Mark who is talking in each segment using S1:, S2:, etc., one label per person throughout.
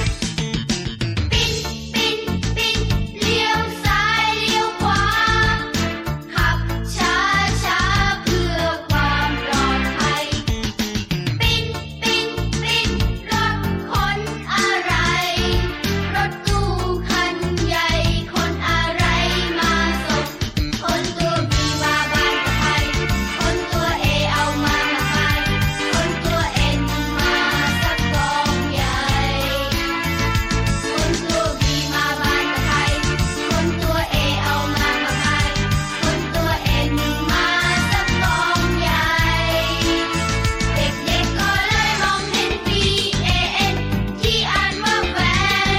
S1: ปิ๊ดปิ๊ดเลี้ยวซ้ายเลี้ยวขวา ขับช้าช้าเพื่อความปลอดภัย ปิ๊ดปิ๊ดปิ๊ดรถขนอะไร รถตู้คันใหญ่ขนอะไรมาส่งคนตัวบีมาบ้านกับใครคนตัวเอเอามามาใครคนตัวเอ็นมาสักกองใหญ่ คนตัวบีมาบ้านกับใครคนตัวเอเอามามาใครคนตัวเอ็นมาสักกองใหญ่ เด็กๆก็เลยมองเห็น B A N ที่อ่านว่าแว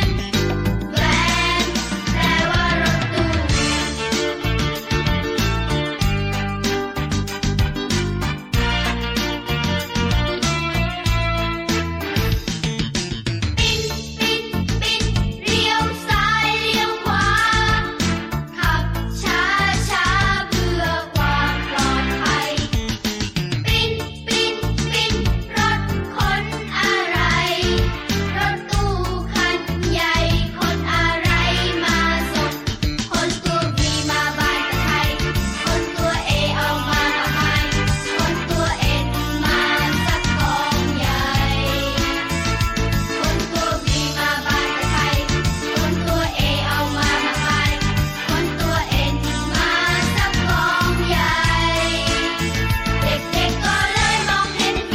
S1: นแวนแปลว่ารถตู้ ปิ๊ดปิ๊ดปิ๊ดเลี้ยวซ้ายเลี้ยวขวา ขับช้าช้าเพื่อความปลอดภัย ปิ๊ดปิ๊ดปิ๊ดรถขนอะไร รถตู้คันใหญ่ขนอะไรมาส่งคนตัวบีมาบ้านกับใครคนตัวเอเอามามาใครคนตัวเอ็นมาสักกองใหญ่ คนตัวบีมาบ้านกับใครคนตัวเอเอามามาใครคนตัวเอ็นมาสักกองใหญ่ เด็กๆก็เลยมองเห็น B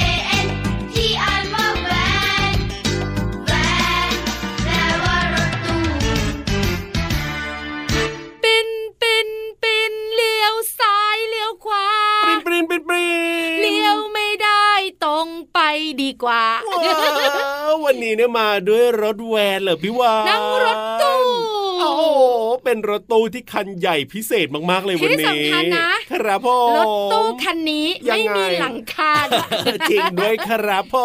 S1: A N ที่อ่านว่าแวนแวนแปลว่ารถตู้
S2: ปินปินปินเลี้ยวซ้ายเลี้ยวขวา
S3: ปรินปรินปรินปริน
S2: เลี้ยวไม่ได้ตรงไปดีกว่า
S3: ว้าววันนี้เนี่ยมาด้วยรถแวนเหรอพี่วาน
S2: นั่งรถตู้
S3: โอ้โหเป็นรถตู้ที่คันใหญ่พิเศษมาก ๆ เลยวัน
S2: ที่
S3: นี้
S2: สำคัญนะ
S3: ครับผม
S2: รถตู้คันนี้
S3: ยังไง
S2: ไม่มีหลังคา ด้วย
S3: จริงด้วยครับผ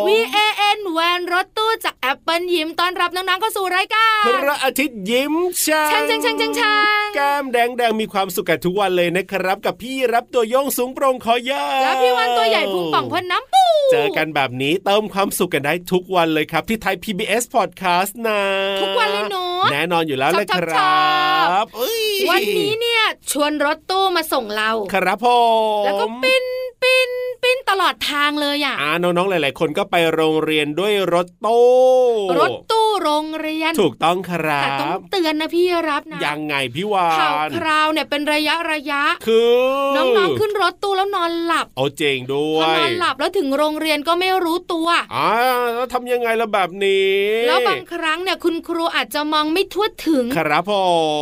S3: ม
S2: วีเอ็นแวนรถตู้จากแอปเปิลยิ้มต้อนรับน้องๆเข้าสู่รายการ
S3: พระอาทิตย์ยิ้มช่าง
S2: ชังชังชังชังชัง
S3: แก้มแดงแดงมีความสุขกันทุกวันเลยนะครับ กับพี่รับตัวโยงสูงโปร่งคอยาว
S2: แล้วพี่วันตัวใหญ่พุงป่องพ่นน้ำปู
S3: เจอกันแบบนี้เติมความสุขกันได้ทุกวันเลยครับ ที่ไทย PBS Podcast นะ
S2: ทุกวันเลยเนาะ
S3: แน่นอนอยู่แล้ว
S2: ชอบ
S3: เลยคร
S2: ชอั บชอบ
S3: บเอ้ย
S2: วันนี้เนี่ยชวนรถตู้มาส่งเรา
S3: ครับผม
S2: แล้วก็ปินปินปินตลอดทางเลยอ่ะ
S3: อ่าน้องๆหลาย ๆ คนก็ไปโรงเรียนด้วยรถตู้
S2: รถตู้โรงเรียน
S3: ถูกต้องครั
S2: แต่ต้อง
S3: บ
S2: เตือนนะพี่รับนะ
S3: ยังไงพี่วา
S2: ข่าวน คราวเนี่ยเป็นระยะระยะ
S3: คือ
S2: น้องๆขึ้นรถตู้แล้วนอนหลับ
S3: เอาเจงด้ว
S2: พอย นอนหลับแล้วถึงโรงเรียนก็ไม่รู้ตัว
S3: อ่าแล้วทำยังไงล่ะแบบนี้
S2: แล้วบางครั้งเนี่ยคุณครูอาจจะมองไม่ทั่วถึง
S3: ครับผ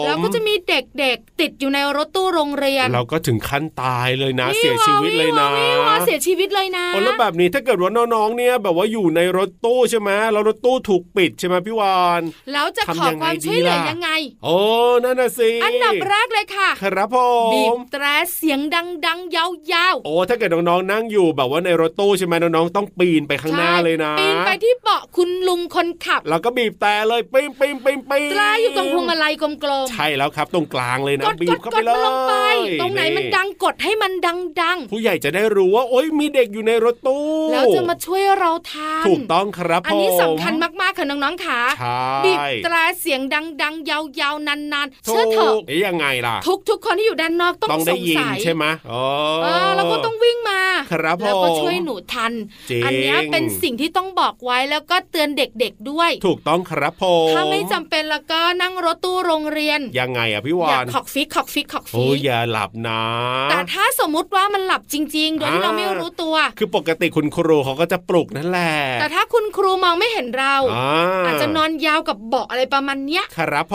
S3: ม
S2: แล้วก็จะมีเด็กๆ ติดอยู่ในรถตู้โรงเรียน
S3: เราก็ถึงขั้นตายเลยนะ
S2: นี่
S3: เสียชีวิตเลยนะ
S2: นี่วาเสียชีวิตเลยนะ
S3: โอ้แล้วแบบนี้ถ้าเกิดว่าน้องๆเนี่ย แบบว่าอยู่ในรถตู้ใช่ไหมแล้วรถตู้ถูกปิดใช่ไหมพี่วาน
S2: แล้วจะขอ
S3: ทำยังไง
S2: ความช่วยเหลือ
S3: ดีล่ะ
S2: ยังไง
S3: โอ้นั่นน่ะสิ
S2: อันดับแรกเลยค่ะ
S3: ครับผ
S2: บีบ
S3: ม
S2: แตรเสียงดังๆ ยาว
S3: โอ้ถ้าเกิดน้องๆนั่งอยู่แบบว่าในรถตู้ใช่ไหมน้องๆต้องปีนไป
S2: ๆ
S3: ข้างหน้าเลยนะ
S2: ใช่ปีนไปที่เบาะคุณลุงคนขับ
S3: เราก็บีบแต่เลยปิ้งปิ้งปิ้งปิ้ง
S2: ตราอยู่ตรงพวงมาลัยกลม
S3: ใช่แล้วครับ ตรงกลางเลย
S2: ๆ
S3: นะ
S2: กด
S3: บี
S2: ก
S3: บ
S2: ด
S3: เข้าก ไป
S2: ด
S3: เล
S2: มันลงไป
S3: ย
S2: ตรงไหนมันดังกดให้มันดัง
S3: ผู้ใหญ่จะได้รู้ว่า โอ๊ยมีเด็กอยู่ในรถตู้
S2: ๆ แล้วจะมาช่วยเราทาน
S3: ถูกต้องครับ
S2: อันนี้
S3: ผม
S2: สำคัญมากๆค่ะน้องๆค่ะ
S3: ใช่
S2: บีบแตราเสียงดังๆ ยาวๆ นานๆ
S3: ถู
S2: เชื่อกเถอะ
S3: เอ๊ะยังไงล่ะ
S2: ทุกทุกๆคนที่อยู่ด้านนอกต้
S3: ต้อง
S2: ส
S3: ได้
S2: ง
S3: ยิน
S2: สัย
S3: ใช่ไหมอ๋อ
S2: เออแล้วก็ต้องวิ่งมา
S3: ครับ
S2: แล้วก็
S3: ผม
S2: ช่วยหนูทัน
S3: จริง
S2: อัเนี้ยเป็นสิ่งที่ต้องบอกไว้แล้วก็เตือนเด็กๆด้วย
S3: ถูกต้องครับผม
S2: ถ้าไม่จำเป็นแล้วก็นั่งรถตู้โรงเรียน
S3: ยังไงอะพี่
S2: อ
S3: วา
S2: ย่าน ขอกฟิกขอกฟิกขอก
S3: โอ้
S2: ฟิ
S3: ย
S2: ก
S3: อย่าหลับนะ
S2: แต่ถ้าสมมุติว่ามันหลับจริง ๆ โดยที่
S3: อ่า
S2: เราไม่รู้ตัว
S3: คือปกติคุณครูเขาก็จะปลุกนั่นแหละ
S2: แต่ถ้าคุณครูมองไม่เห็นเรา
S3: อ่า
S2: อาจจะนอนยาวกับเบาะอะไรประมาณเนี้ย
S3: ครับผ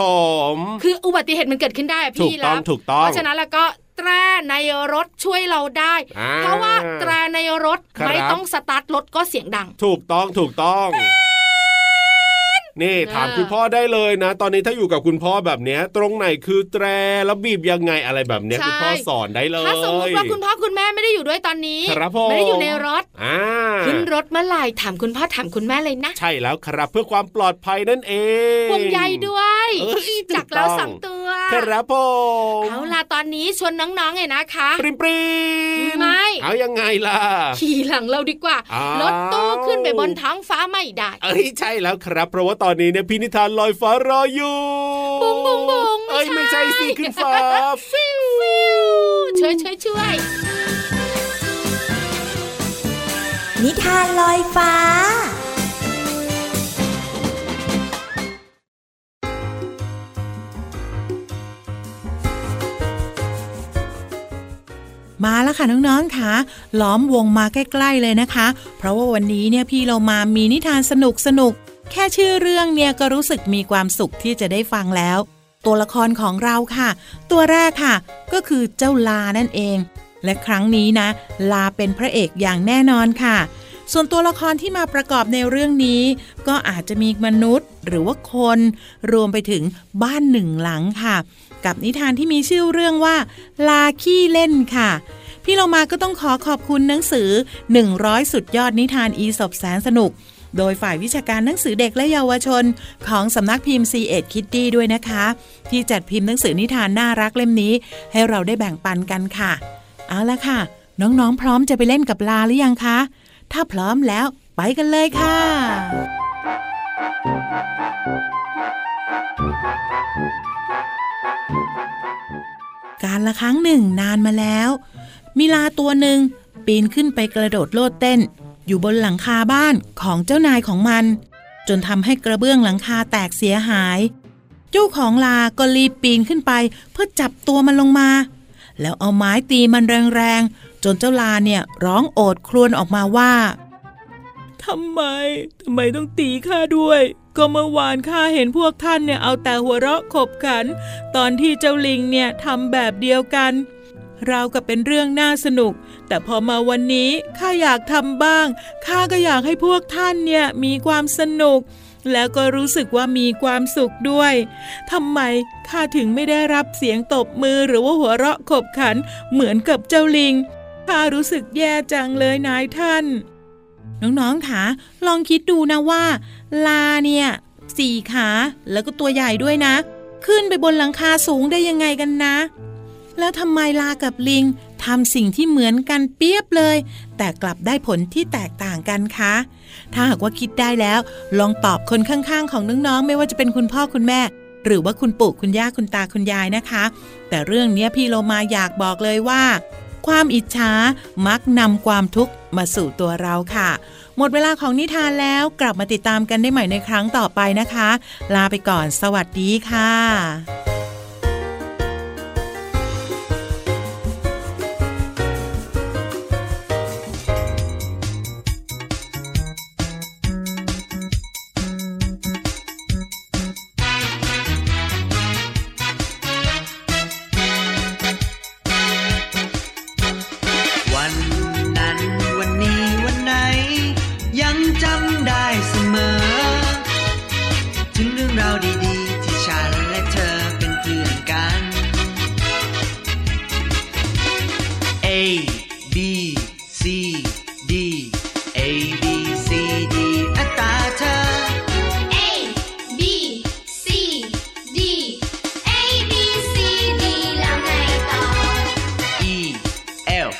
S3: ม
S2: คืออุบัติเหตุมันเกิดขึ้นได้อะ
S3: ถู
S2: พี่
S3: กต้อง
S2: รับ
S3: ถูกต้อง
S2: เพราะฉะนั้นแล้วก็แตรในรถช่วยเราได้
S3: อ่า
S2: เพราะว่าแตรในรถ
S3: ครับ
S2: ไม่ต้องสตาร์ทรถก็เสียงดัง
S3: ถูกต้องถูกต้อง นี่
S2: เออ
S3: ถามคุณพ่อได้เลยนะ ตอนนี้ถ้าอยู่กับคุณพ่อแบบเนี้ย ตรงไหนคือแตรแล้วบีบยังไงอะไรแบบเนี้ยคุณพ่อสอนได้เลย
S2: ถ้าสมมติว่าคุณพ่อคุณแม่ไม่ได้อยู่ด้วยตอนนี้
S3: ครับผม
S2: ไม่ได้อยู่ในรถ
S3: อ่า
S2: ขึ้นรถเมื่อไหร่ถามคุณพ่อถามคุณแม่เลยนะ
S3: ใช่แล้วครับเพื่อความปลอดภัยนั่นเอง
S2: ห่วงใยด้วย
S3: เอ้ยถูกต้อง
S2: จากเราสองตัว
S3: ครับผม
S2: เอาล่ะตอนนี้ชวนน้องๆไงนะคะ
S3: ปริมปริม
S2: ไม่
S3: เอายังไงล่ะ
S2: ขี่หลังเราดีกว่า
S3: อ้าว
S2: รถตู้ขึ้นไปบนท้องฟ้าไม่ได้
S3: เอ้ยใช่แล้วครับ เพราะว่าตอนนี้เนี่ยพินิธานลอยฟ้ารออยู่
S2: บุ้งบุ้งบุ้ง
S3: เอ้ยไม่ใช่สิขึ้นฟ้า
S2: ฟิวฟิวช่วยช่วยช่วย
S4: นิทานลอยฟ้า
S5: มาแล้วค่ะน้องๆค่ะล้อมวงมาใกล้ ๆ เลยนะคะ เพราะว่าวันนี้เนี่ยพี่เรามามีนิทานสนุกๆ แค่ชื่อเรื่องเนี่ยก็รู้สึกมีความสุขที่จะได้ฟังแล้ว ตัวละครของเราค่ะ ตัวแรกค่ะ ก็คือเจ้าลานั่นเอง และครั้งนี้นะ ลาเป็นพระเอกอย่างแน่นอนค่ะ ส่วนตัวละครที่มาประกอบในเรื่องนี้ ก็อาจจะมีมนุษย์หรือว่าคน รวมไปถึงบ้านหนึ่งหลังค่ะ กับนิทานที่มีชื่อเรื่องว่า ลาขี้เล่นค่ะ พี่เรามาก็ต้องขอขอบคุณหนังสือ 100 สุดยอดนิทานอีสบแสนสนุก โดยฝ่ายวิชาการหนังสือเด็กและเยาวชน ของสำนักพิมพ์ c ีเอ็ดคิตตี้ด้วยนะคะ ที่จัดพิมพ์หนังสือนิทานน่ารักเล่มนี้ ให้เราได้แบ่งปันกันค่ะ เอาละค่ะ น้องๆ พร้อมจะไปเล่นกับลาหรือยังคะ ถ้าพร้อมแล้วไปกันเลยค่ะ การละครั้งหนึ่งนานมาแล้ว มีลาตัวหนึ่งปีนขึ้นไปกระโดดโลดเต้น อยู่บนหลังคาบ้านของเจ้านายของมัน จนทำให้กระเบื้องหลังคาแตกเสียหาย เจ้าของลาก็รีบปีนขึ้นไป เพื่อจับตัวมันลงมา แล้วเอาไม้ตีมันแรงๆ จนเจ้าลาเนี่ยร้องโอดครวญออกมาว่า ทำไม ทำไมต้องตีข้าด้วย ก็เมื่อวานข้าเห็นพวกท่านเนี่ยเอาแต่หัวเราะขบขัน ตอนที่เจ้าลิงเนี่ยทำแบบเดียวกัน เราวกับเป็นเรื่องน่าสนุก แต่พอมาวันนี้ข้าอยากทำบ้าง ข้าก็อยากให้พวกท่านเนี่ยมีความสนุก แล้วก็รู้สึกว่ามีความสุขด้วย ทำไมข้าถึงไม่ได้รับเสียงตบมือหรือว่าหัวเราะขบขันเหมือนกับเจ้าลิง ข้ารู้สึกแย่จังเลยนายท่าน น้องๆค่ะลองคิดดูนะว่า ลาเนี่ยสี่ขาแล้วก็ตัวใหญ่ด้วยนะ ขึ้นไปบนหลังคาสูงได้ยังไงกันนะ แล้วทำไมลากับลิงทำสิ่งที่เหมือนกันเปียบเลย แต่กลับได้ผลที่แตกต่างกันคะ ถ้าหากว่าคิดได้แล้ว ลองตอบคนข้างๆ ของน้องๆ ไม่ว่าจะเป็นคุณพ่อคุณแม่ หรือว่าคุณปู่คุณย่าคุณตาคุณยายนะคะ แต่เรื่องเนี้ยพี่โลมาอยากบอกเลยว่า ความอิจฉามักนำความทุกข์มาสู่ตัวเราค่ะ หมดเวลาของนิทานแล้วกลับมาติดตามกันได้ใหม่ในครั้งต่อไปนะคะ ลาไปก่อนสวัสดีค่ะ
S6: วันนั้นวันนี้วันไหน ยังจำได้เสมอ ถึงเรื่องราวดีๆ ที่ฉันและเธอเป็นเพื่อนกัน A B C D A B C D อัตราเธอ
S1: A B C D A B C D แล้วไงต่อ
S6: E F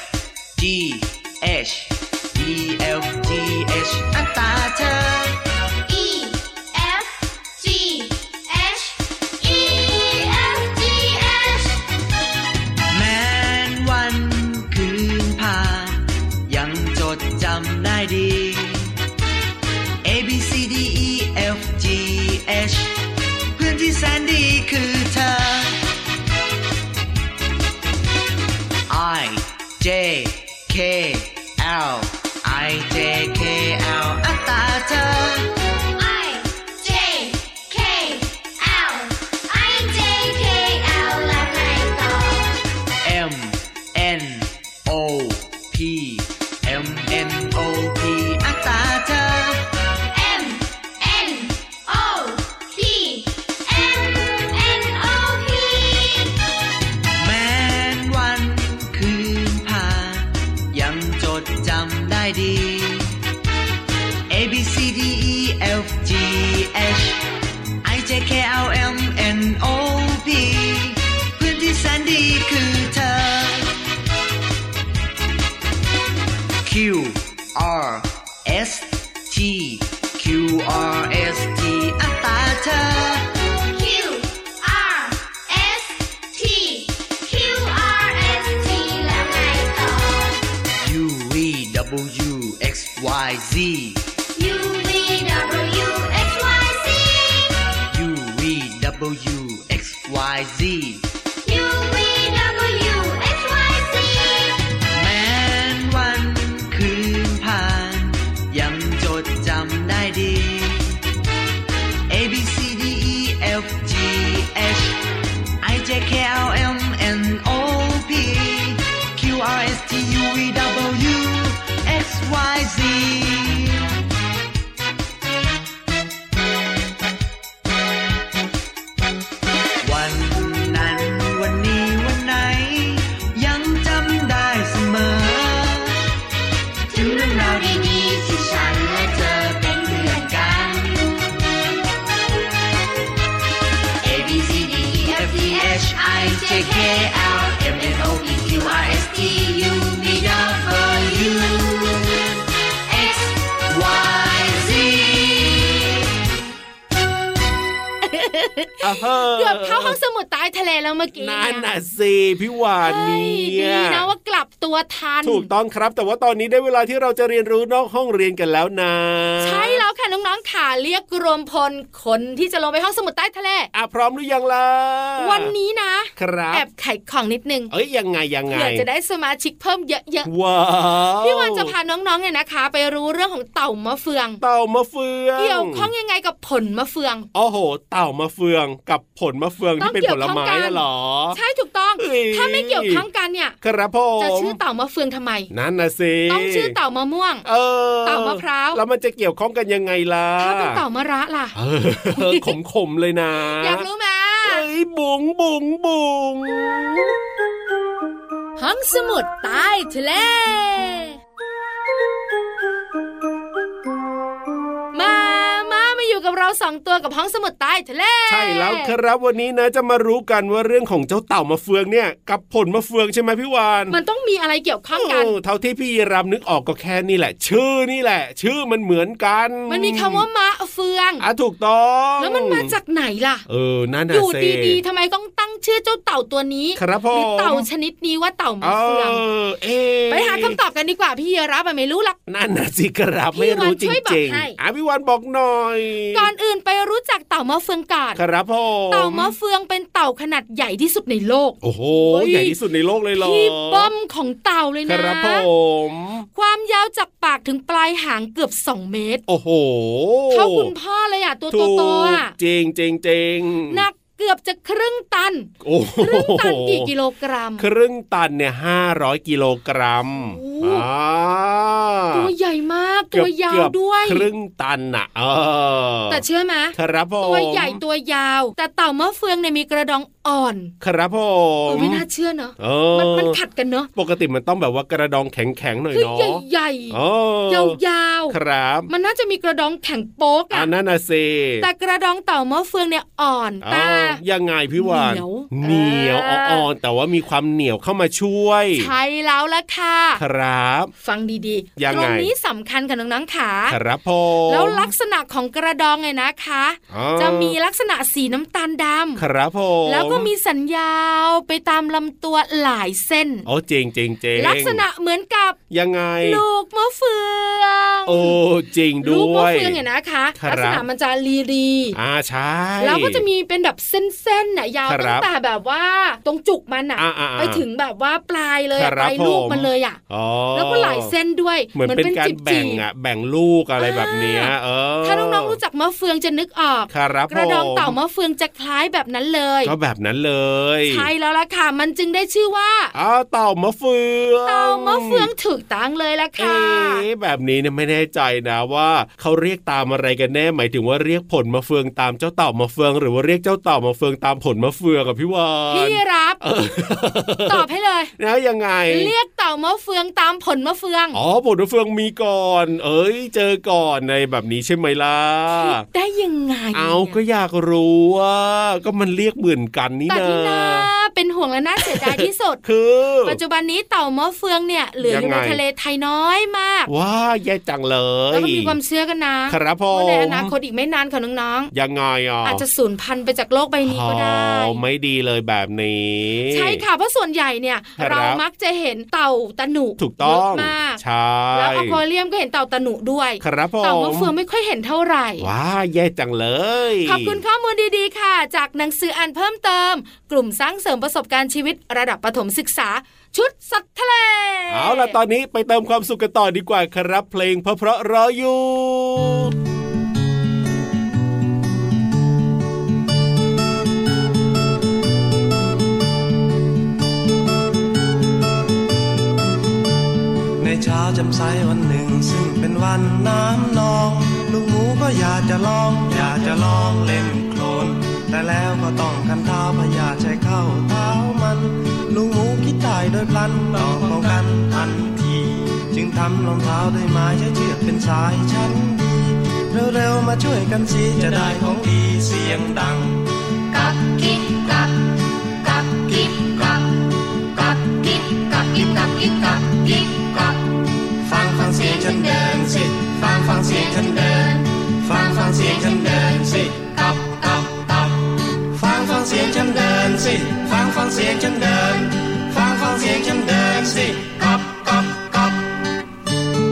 S6: G H E F G H อัตราเธอ
S1: E F G H E F G H
S6: แม้นวันคืนผ่านยังจดจำได้ดี A B C D E F G H เพื่อนที่แสนดีคือเธอ I J K L I J K L อัตราเธอ
S1: I J K L I J K L แล้วไงต่อ
S6: M N O P M N O P อัตราเธอ
S1: M N O
S6: ได้ดี A B C D E F G H I J K L M N O P เพื่อนที่แสนดีคือเธอ Q R S T Q R S T อัตราเธอ
S1: Q R S T Q R S T แล้วไงต่อ
S6: U V W X Y Z
S1: U V W X Y Z
S6: U V W X Y Z
S1: U V W X Y Z
S6: แม้นวันคืนผ่าน ยังจดจำได้ดี A B C D E F G H I J K L M N O P Q R S T U V W X Y Z วันนั้นวันนี้วันไหน ยังจำได้เสมอ
S1: ถึงเรื่องราวดีๆที่ฉันและเธอเป็นเพื่อนกัน
S6: A B C D E F G H I J K L M N O P Q R S T U V W X Y Z
S3: อ่ะฮ้
S2: เกือบเข้าห้องสมุดใต้ทะเลแล้วเมื่อกี้
S3: นั่นน่ะสิพี่วาน
S2: เฮ้ย
S3: เนี่
S2: ดี
S3: ย
S2: นะว่ากลับตัวทัน
S3: ถูกต้องครับ แต่ว่าตอนนี้ได้เวลาที่เราจะเรียนรู้นอกห้องเรียนกันแล้วนะ
S2: ใช่แล้วค่ะน้องๆค่ะเรียกรวมพลคนที่จะลงไปห้องสมุดใต้ทะเล
S3: อ่ะพร้อมหรือยังล่ะ
S2: วันนี้นะ
S3: ครับ
S2: แอบไขของนิดนึง
S3: เอ้ยยังไงยังไง
S2: เพื่อจะได้สมาชิกเพิ่มเยอะ
S3: ว้าว
S2: ๆ พี่วานจะพาน้องๆเนี่ยนะคะ ไปรู้เรื่องของเต่ามะเฟือง
S3: เต่ามะเฟือง
S2: เกี่ยวข้องยังไงกับผลมะเฟือง
S3: โอ้โห เต่ามะเฟืองกับผลมะเฟือง
S2: ต้อ
S3: ที่
S2: ง
S3: เป็น
S2: เกี่
S3: ผ
S2: ยว
S3: ล
S2: ข้อง
S3: ไม้
S2: กัน
S3: น่ะเหรอ
S2: ใช่ถูกต้อง
S3: เอ้ย
S2: ถ้าไม่เกี่ยวข้องกันเนี่ย
S3: ครับผ
S2: จะ
S3: ม
S2: ชื่อเต่ามะเฟืองทำไม
S3: นั่นน่ะสิ
S2: ต้องชื่อเต่ามะม่วง
S3: เออ
S2: เต่ามะพร้าว
S3: แล้วมันจะเกี่ยวข้องกันยังไงล่ะ
S2: ถ้าเป็นเต่ามะระล่ะ
S3: เออขมๆเลยนะ
S2: อยากรู้ไหม
S3: เอ้ยบุ๋งบุ๋งบุ๋ง
S2: ห้องสมุดใต้ทะเล มามามาอยู่กับเราสองตัวกับห้องสมุดใต้ทะเล
S3: ใช่แล้วครับวันนี้นะจะมารู้กันว่าเรื่องของเจ้าเต่ามาเฟืองเนี่ย กับผลมาเฟืองใช่ไหมพี่วาน
S2: มันต้องมีอะไรเกี่ยวข้องกัน
S3: เออเท่าที่พี่รำนึกออกก็แค่นี่แหละ ชื่อนี่แหละ ชื่อมันเหมือนกัน
S2: มันมีคำว่ามะเฟือง
S3: อ่ะถูกต้อง
S2: แล้วมันมาจากไหนล่ะ
S3: เออนั่น
S2: อ
S3: น่ะ
S2: ยู่
S3: สิ
S2: ดีๆทำไมต้องตั้งชื่อเจ้าเต่าตัวนี้
S3: ครับ
S2: ห
S3: ผ
S2: รือ
S3: ม
S2: เต่าชนิดนี้ว่าเต่ามะ
S3: เอ
S2: เฟือง
S3: อเอะ
S2: ไปหาคำตอบกันดีกว่าพี่เยรับอะไม่รู้หรอก
S3: นั่นน่ะสิครับไม่รู้จ
S2: พี่วานช่วยบอก
S3: ริง
S2: ให้
S3: ๆอ่ะพี่วานบอกหน่อย
S2: ก่อนอื่นไปรู้จักเต่ามะเฟืองก่อน
S3: ครับผม
S2: เต่ามะเฟืองเป็นเต่าขนาดใหญ่ที่สุดในโลก
S3: โอ้โห
S2: เฮ้ย
S3: ใหญ่ที่สุดในโลกเลยเหรอ
S2: ที่เบ้อมของเต่าเลย
S3: ค
S2: นะ
S3: รับผม
S2: ความยาวจากปากถึงปลายหางเกือบ 2 เมตร
S3: โอ้โห
S2: เท่าคุณพ่อเลยอ่ะ ตัว
S3: ถูก
S2: โตๆอ่ะ
S3: จริงจริงจริง
S2: หนักเกือบจะครึ่งตัน
S3: โอ้โห
S2: ครึ่งตันกี่กิโลกรัม
S3: ครึ่งตันเนี่ยห้าร้อยกิโลกรัม
S2: โอ้
S3: อ่า
S2: ตัวใหญ่มากตัวยาว
S3: เกือบ
S2: ด้วย
S3: ครึ่งตันน่ะเออ
S2: แต่เชื่อไหม
S3: ครับผม
S2: ตัวใหญ่ตัวยาว แต่เต่ามะเฟืองเนี่ยมีกระดองอ่อน
S3: ครับผ
S2: เอ
S3: ม
S2: อไม่น่าเชื่อเนอะ
S3: เอ
S2: มัน
S3: อ
S2: มันขัดกันเนอะ
S3: ปกติมันต้องแบบว่ากระดองแข็งๆหน่อย
S2: คือ
S3: เนาะ
S2: ใหญ่
S3: เอ๋
S2: ๆยาวๆ
S3: ครับ
S2: มันน่าจะมีกระดองแข็งโป๊ก
S3: อั
S2: อะ
S3: นนั้นน่ะสิ
S2: แต่กระดองเต่ามะเฟืองเนี่ยอ่อน
S3: เอ
S2: ตา
S3: อยังไงพี่วาน
S2: เหนียว
S3: เหนียวอ่อนๆแต่ว่ามีความเหนียวเข้ามาช่วย
S2: ใช่แล้วล่ะค่ะ
S3: ครับ
S2: ฟังดี
S3: ยัง
S2: ๆ
S3: ไง
S2: ตรงนี้สำคัญค่ะน้องๆขา
S3: ครับผม
S2: แล้วลักษณะของกระดองเนี่ยนะคะ
S3: อ๋อ
S2: จะมีลักษณะสีน้ำตาลดำ
S3: ครับผม
S2: แล้วก็มีสัญญาวไปตามลำตัวหลายเส้น
S3: โอ้จริงจริงจริง
S2: ลักษณะเหมือนกับ
S3: ยังไง
S2: ลูกมะเฟือง
S3: โอ้จริง
S2: ลูก
S3: ด้ว
S2: มะ
S3: ย
S2: เฟืองเนี่ยนะคะ
S3: ครับ
S2: ลัษณะมันจะรีรีๆ
S3: อ่าใช่
S2: แล้วก็จะมีเป็นแบบเส้นๆน่ะยาว
S3: ครั
S2: ตั้
S3: บ
S2: งแต่แบบว่าตรงจุกมันน่ะ
S3: อ่าๆๆ
S2: ไปถึงแบบว่าปลายเลยอะ
S3: ครั
S2: ป
S3: บ
S2: ลายลูก
S3: ผม
S2: มันเลยอ่ะ
S3: อ๋อ
S2: แล้วก็หลายเส้นด้วย
S3: เหมือนเป็นการแบ่ง
S2: ๆ
S3: อ่ะแบ่งลูกอะไรแบบเนี้ยเออ
S2: ถ้าน้องๆรู้จักมะเฟืองจะนึกออก
S3: ครับ
S2: กระดองเต่า
S3: ผม
S2: มะเฟืองจะคล้ายแบบนั้นเลย
S3: ก็แบบนั้นเลย
S2: ใช่แล้วล่ะค่ะ มันจึงได้ชื่อว่า
S3: อ้าวเต่ามะเฟือง
S2: เต่ามะเฟืองถูกตั้งเลยล่ะค่ะ
S3: เอ๊ะแบบนี้เนี่ยไม่แน่ใจนะว่าเขาเรียกตามอะไรกันแน่หมายถึงว่าเรียกผลมะเฟืองตามเจ้าเต่ามะเฟืองหรือว่าเรียกเจ้าเต่ามะเฟืองตามผลมะเฟืองกับพี่วาน
S2: พี่รับ ตอบให้เลย
S3: แล้วยังไง
S2: เรียกเต่า ามะเฟืองตามผลมะเฟือง
S3: อ๋อผลมะเฟืองมีก่อน เอ้ย เจอก่อนในแบบนี้ใช่ไหมล่ะ
S2: คิดได้ยังไง
S3: เอาก็อยากรู้ว่าก็มันเรียกเหมือนกันนี่
S2: แต่
S3: นะ
S2: ที่น่าเป็นห่วงและน่าเสียดายที่สุ ด
S3: คือ
S2: ปัจจุบันนี้เต่ามะเฟืองเนี่ยเหลืออยู่ใน
S3: ยังไง
S2: ทะเลไทยน้อยมาก
S3: ว้าแย่จังเล
S2: แล้ว
S3: ย
S2: ก็มีความเชื่อกันนะครับ
S3: ผ
S2: ว่าในอ
S3: ม
S2: นาคตอีกไม่นานค่ะน้อง
S3: ยังไงอ่ะ
S2: ๆอาจจะสูญพันธุ์ไปจากโลกใบนี้ก็ได้
S3: อ๋อไม่ดีเลยแบบนี้
S2: ใช่ค่ะเพราะส่วนใหญ่เนี่ย
S3: ครับ
S2: เรามักจะเห็นเต่าตะหนุ
S3: ถูกต้อ
S2: เย
S3: ง
S2: อะมาก
S3: ใช่
S2: แล้วอควาเรียมก็เห็นเต่าตะหนุด้วย
S3: ครับผม
S2: เต่ามะเฟืองไม่ค่อยเห็นเท่าไหร่
S3: ว้าแย่จังเลย
S2: ขอบคุณข้อมูลดีๆ ค่ะ จากหนังสืออ่านเพิ่มเติม กลุ่มสร้างเสริมประสบการณ์ชีวิตระดับประถมศึกษา ชุดสัตว์ทะเล
S3: เอาล่ะตอนนี้ไปเติมความสุขกันต่อดีกว่าครับเพลงเพราะๆรออยู่
S7: ในเช้าจำใสวันหนึ่ง ซึ่งเป็นวันน้ำนอง ลูกหมูก็อยากจะลอง อยากจะลองเล่นโคลน แต่แล้วก็ต้องคันเท้าพยาใช้เข้าเท้ามัน ลูกหมูคิดได้โดยพลันต้องป้องกันทันที จึงทำรองเท้าด้วยไม้ใช้เชือกเป็นสายชั้นดี เร็วๆมาช่วยกันสิจะได้ของดีเสียงดัง
S8: กักกิ๊กกักกักกิ๊กกักกักกิ๊กกักกิ๊กกักกิ๊กกักกิ๊กกัก
S7: ฟังฟังเสียงฉันเดินสิ ฟังฟังเสียงฉันเดิน ฟังฟังเสียงฉันเดินสิตับตับตับฟังฟังเสียงฉันเดินสิ ฟังฟังเสียงฉันเดิน ฟังฟังเสียงฉันเดินสิตับตับตับ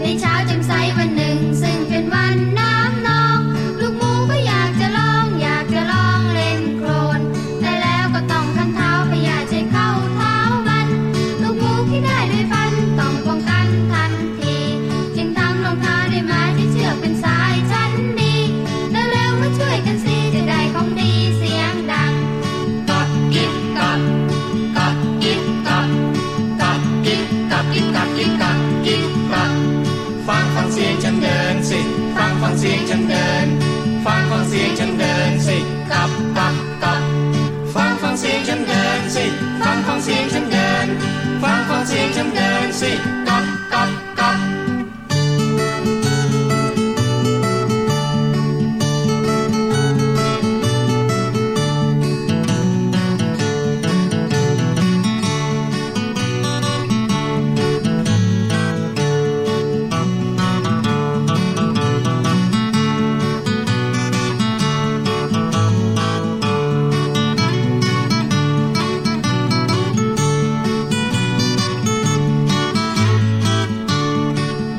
S8: ในเช้าแจ่มใสวันหนึ่ง ซึ่งเป็นวันน้ำนอง ลูกหมูก็อยากจะลอง อยากจะลองเล่นโคลน แต่แล้วก็ต้องคันเท้าพยาใช้เข้าเท้ามัน ลูกหมูที่ได้ด้วยฟันต้องป้องกันทันที จึงทำรองเท้าด้วยไม้ที่เชือกเป็นสายชั้นดีเร็วๆมาช่วยกันสิจะได้ของดีเสียงดัง กักกิ๊กกักกักกิ๊กกักกักกิ๊กกักกิ๊กกักกิ๊กกักกิ๊กกัก
S7: ฟังฟังเสียงฉันเดินสิ ฟังฟังเสียงฉันเดิน ฟังฟังเสียงฉันเดินสิตับตับตับฟังฟังเสียงฉันเดินสิ ฟังฟังเสียงฉันเดิน ฟังฟังเสียงฉันเดินสิตับตับตับ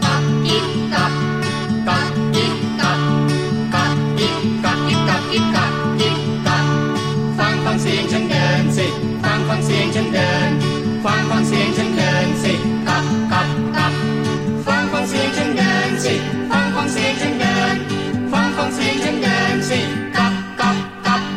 S8: กักกิ๊กกักกักกิ๊กกักกักกิ๊กกักกิ๊กกักกิ๊กกักกิ๊กกัก
S7: ฟังฟังเสียงฉันเดินสิ ฟังฟังเสียงฉันเดิน ฟังฟังเสียงฉันเดินสิตับตับตับฟังฟังเสียงฉันเดินสิ ฟังฟังเสียงฉันเดิน ฟังฟังเสียงฉันเดินสิตับตับตับ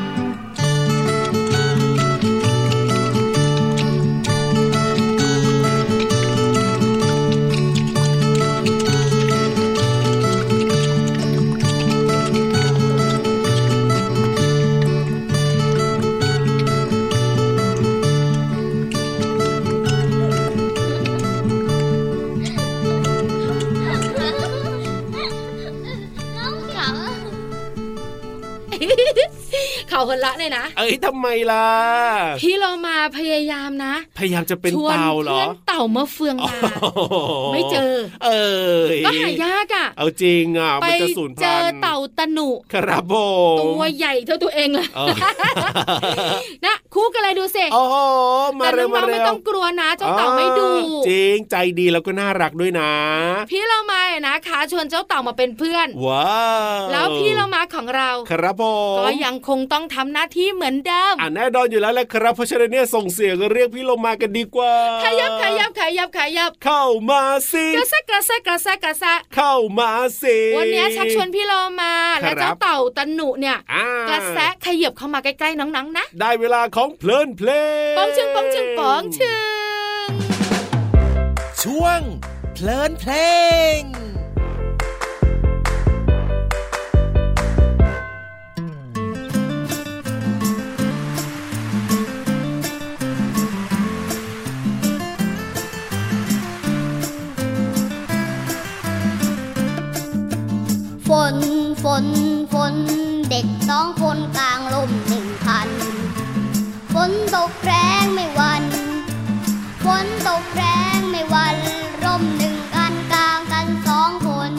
S8: น้องเหรอ
S2: เขาหัวละเลยนะ
S3: เอ้ยทำไมล่ะ
S2: พี่เรามาพยายามนะ
S3: พยายามจะเป็น
S2: ชวน
S3: เต่าเหร
S2: เพื่
S3: อ
S2: อนเต่ามะเฟืองมา ไม่เจอ
S3: เอ้ย
S2: ก็หายากอ่ะ
S3: เอาจริงอ่ะ
S2: ไป
S3: มันจะสูญ
S2: เจ
S3: พั
S2: อน
S3: ธุ์
S2: เต่าตะหนุ
S3: ครับผม
S2: ตัวใหญ่เท่าตัวเองเลย
S3: เออ
S2: นะคู่กันเลยดูสิ
S3: โอ้โหมา
S2: แต่
S3: เร็
S2: น้
S3: วมา
S2: องๆ
S3: เร็
S2: ไม่
S3: ว
S2: ต้องกลัวนะเจ้าเต่าไม่ดุ
S3: อ๋อจริงใจดีแล้วก็น่ารักด้วยนะ
S2: พี่เรามาเนี่ยนะคะชวนเจ้าเต่ามาเป็นเพื่อน
S3: ว้าว
S2: แล้วพี่เรามาของเรา
S3: ครับผม
S2: ก็ยังคงต้องทำหน้าที่เหมือนเดิม
S3: อ่าแน่นอนอยู่แล้วแหละครับ เพราะฉะนั้นเนี่ยส่งเสียงเรียกพี่โลมากันดีกว่า
S2: ขยับขยับขยับขยับ
S3: เข้ามาสิ
S2: กระแซะกระแซะกระแซะกระแซะ
S3: เข้ามาสิ
S2: วันนี้ชักชวนพี่เรามาและ
S3: ครั
S2: เจ้า
S3: บ
S2: เต่าตะหนุเนี่ย
S3: อ่าก
S2: ระแซะขยับเข้ามาใกล้ๆน้องๆนะ
S3: ได้เวลาของเพลินเพลง
S2: ปองชึงปองชึงปองชึง
S9: ช่วงเพลินเพลง
S8: ก นฝนเด็กสองคนกลางลมหนึ่งพันฝนตกแรงไม่หวันฝนตกแรงไม่หวันร่มหนึ่งกันกลางกันสองคน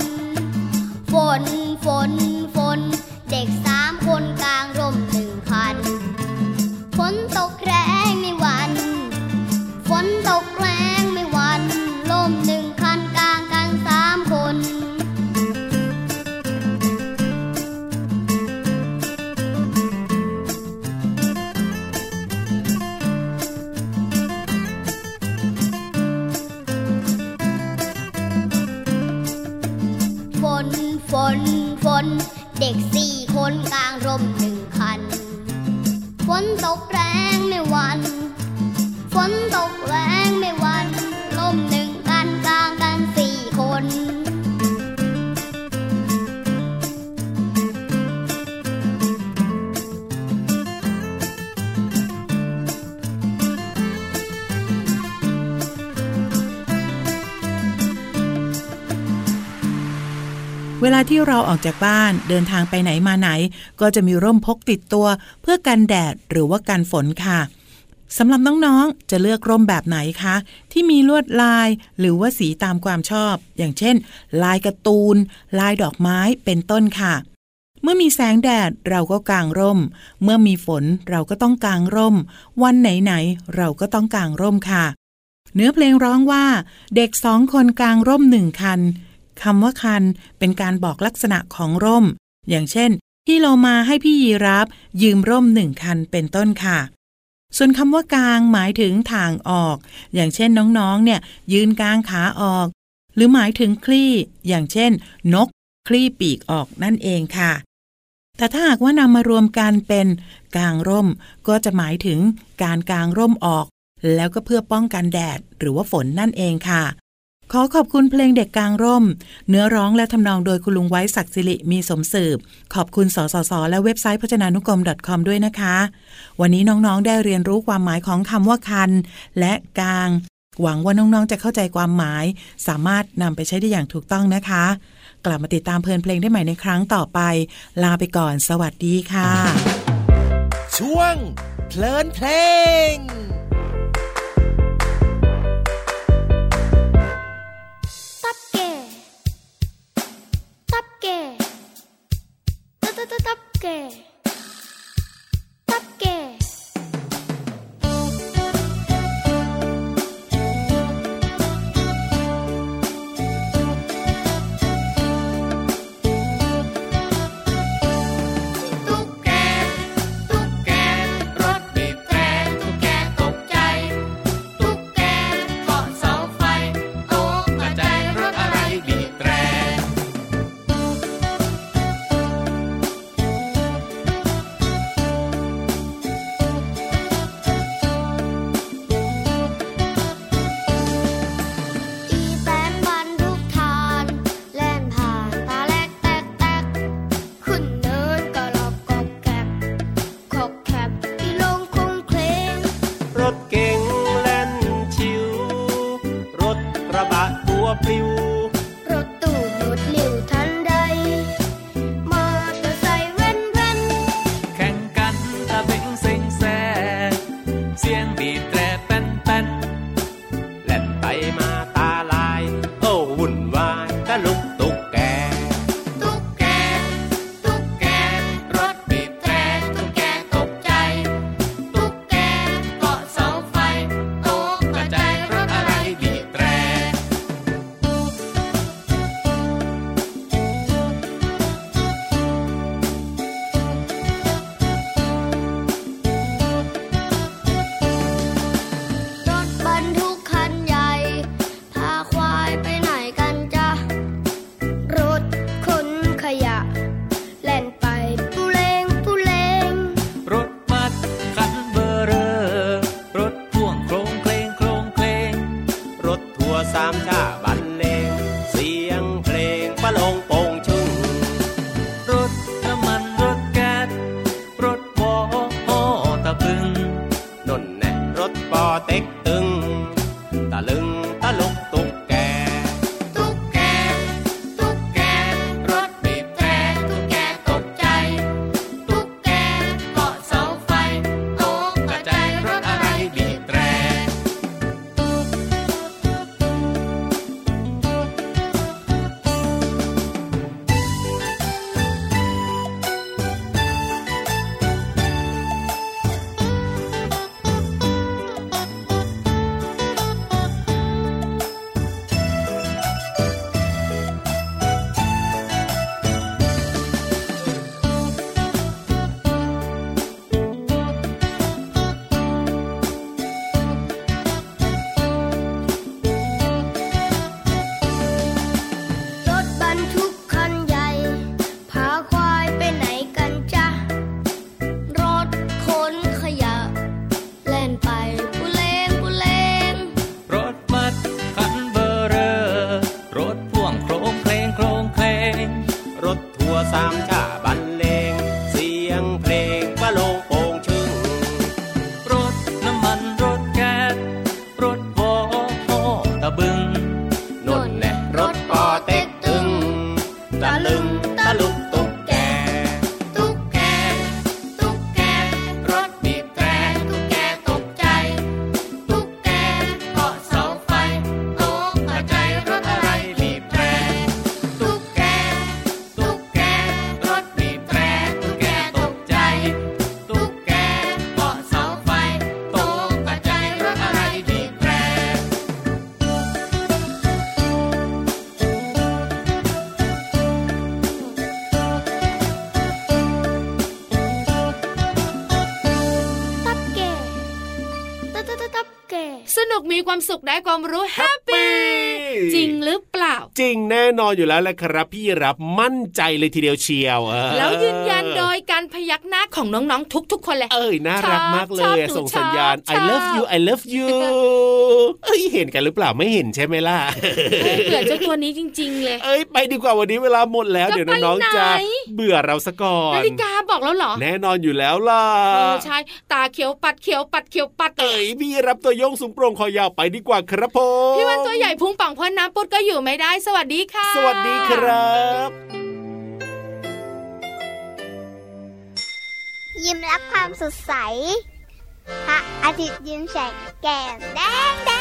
S8: ฝนฝนฝน เด็กสามคนกลางร่มหนึ่งพันฝนตกแรงไม่หวัน ฝนตกแรงไม่หวันล่มหนึ่งคันกลางกันสามคน ฝนฝนฝน เด็กสี่คนกลางร่มหนึ่งคัน ฝนตกแรงไม่หวัน ฝนตกแรงไม่หวันล่มหนึ่งกันกลางกันสี่คน
S5: เวลาที่เราออกจากบ้านเดินทางไปไหนมาไหน ก็จะมีร่มพกติดตัว เพื่อกันแดดหรือว่ากันฝนค่ะสำหรับน้องๆ จะเลือกร่มแบบไหนคะ ที่มีลวดลายหรือว่าสีตามความชอบ อย่างเช่น ลายการ์ตูน ลายดอกไม้เป็นต้นค่ะ เมื่อมีแสงแดดเราก็กางร่ม เมื่อมีฝนเราก็ต้องกางร่ม วันไหนๆเราก็ต้องกางร่มค่ะ เนื้อเพลงร้องว่า เด็กสองคนกลางร่มหนึ่งคันคำว่าคันเป็นการบอกลักษณะของร่ม อย่างเช่น พี่โลมาให้พี่ยีรับยืมร่มหนึ่งคันเป็นต้นค่ะ ส่วนคำว่ากลางหมายถึงทางออก อย่างเช่นน้องๆ เนี่ย ยืนกลางขาออก หรือหมายถึงคลี่ อย่างเช่น นก คลี่ปีกออกนั่นเองค่ะ แต่ถ้าหากว่านำมารวมกันเป็นกลางร่ม ก็จะหมายถึงการกลางร่มออก แล้วก็เพื่อป้องกันแดดหรือว่าฝนนั่นเองค่ะ ขอขอบคุณเพลงเด็กกลางร่ม เนื้อร้องและทำนองโดยคุณลุงไว้ศักดิ์สิริมีสมสืบ ขอบคุณสสส และเว็บไซต์พจนานุกรม .com ด้วยนะคะ วันนี้น้องๆได้เรียนรู้ความหมายของคำว่าคัน และกลาง หวังว่าน้องๆจะเข้าใจความหมาย สามารถนำไปใช้ได้อย่างถูกต้องนะคะ กลับมาติดตามเพลินเพลงได้ใหม่ในครั้งต่อไป ลาไปก่อน สวัสดีค่ะ
S10: ช่วง เพลินเพลง
S8: ตับแก่ตับแก่ตับตับตับตับแก่ตับแก่ตุ๊กแกตุ๊กแกรถบีบแตรตุ๊กแกตกใจ ตุ๊กแกเกาะเสาไฟตกกระจายรถอะไรบีบแตร อีแตนบรรทุกทานแล่นผ่านตาแลกแตกแตกขึ้นเนินกระรอกกอกแกบกอกแคบอีลงคงเคลง
S6: รถเก๋งแล่นชิว รถกระบะตัวปลิว
S8: รถตู้หมุดเร็วทันใด มอเตอร์ไซค์แว่นแว่น
S6: แข่งกันตะเบงเซ็งแซงเสียงบีบแตรแป้นแป้นแล่นไปมาตาลาย โอ้วุ่นวายตะลุกตุกแก
S8: ตุ๊กแก ตุ๊กแก รถบีบแตรตุ๊กแกตกใจ ตุ๊กแกเกาะเสาไฟตกกระจายรถอะไรบีบแตร รถบรรทุกคันใหญ่ พาควายไปไหนกันจ๊ะ รถขนขยะ แล่นไปปูเลงปูเลง
S6: รถมัดคันเบอร์เรอ รถพ่วงโครงเคลงโครงเคลง รถทัวร์สามชาติบันเลง เสียงเพลงปะโลงโปงชุงรถน้ำมันรถแก๊สรถวอตะพึงนนแน่รถปอเต็กตึง ตะลึงตะลุกตุกแก
S8: ตุ๊กแก ตุ๊กแก รถบีบแตรตุ๊กแก
S7: เพลงปะโลงโป่งชึงรถน้ำมันรถแก๊สรถวอฮอตะบึงนนแหละรถปอเต็กตึงตะลึงตะลุกตุกแก
S1: ตุ๊กแก ตุ๊กแก รถบีบแตรตุ๊กแกตกใจ ตุ๊กแกเกาะเสาไฟตกใจรถอะไรบีบแตรตุ๊กแก ตุ๊กแก รถบีบแตรตุ๊กแกตกใจ ตุ๊กแกเกาะเสาไฟตกใจรถอะไรบีบแตร
S8: ตับเก๋ตับตับตับตับเก๋
S2: สนุกมีความสุขได้ความรู้แฮปปี้จริงหรือเปล่า
S3: จริงแน่นอนอยู่แล้วแหละครับ พี่รับมั่นใจเลยทีเดียวเชียวเออ
S2: แล้วยืนยันโดยการพยักหน้าของน้องๆทุก ๆค นเลย
S3: เอ้ยน่ารักมากเล
S2: ชอบ
S3: ย
S2: ชอบห
S3: อะ
S2: นู
S3: ส่งสัญญาณ
S2: ชอบ
S3: I love you I love you เอ้ยเห็นกันหรือเปล่าไม่เห็นใช่ไหมล่ะ
S2: เบื่อเจ้าตัวนี้จริง ๆ เลย
S3: เอ้ยไปดีกว่าวันนี้เวลาหมดแล้ว
S2: จะ
S3: เดี๋ยวน้อง
S2: ไปไหน
S3: ๆจะเบื่อเราซะก่อน
S2: นาฬิกาบอกแล้วเหรอ
S3: แน่นอนอยู่แล้วล่ะ
S2: เออใช่ตาเขียวปัดเขียวปัดเขียวปัด
S3: เอ้ยพี่รับตัวโยงสูงโปร่งคอยาวไปดีกว่าครับผม
S2: พี่วันตัวใหญ่พุงป่องพ่นน้ำปุดก็อยู่ไม่ได้ สวัสดีค่ะ
S3: สวัสดีครับ
S8: ยิ้มรับความสดใส พระอาทิตย์ยิ้มแฉกแก้มแดงแดง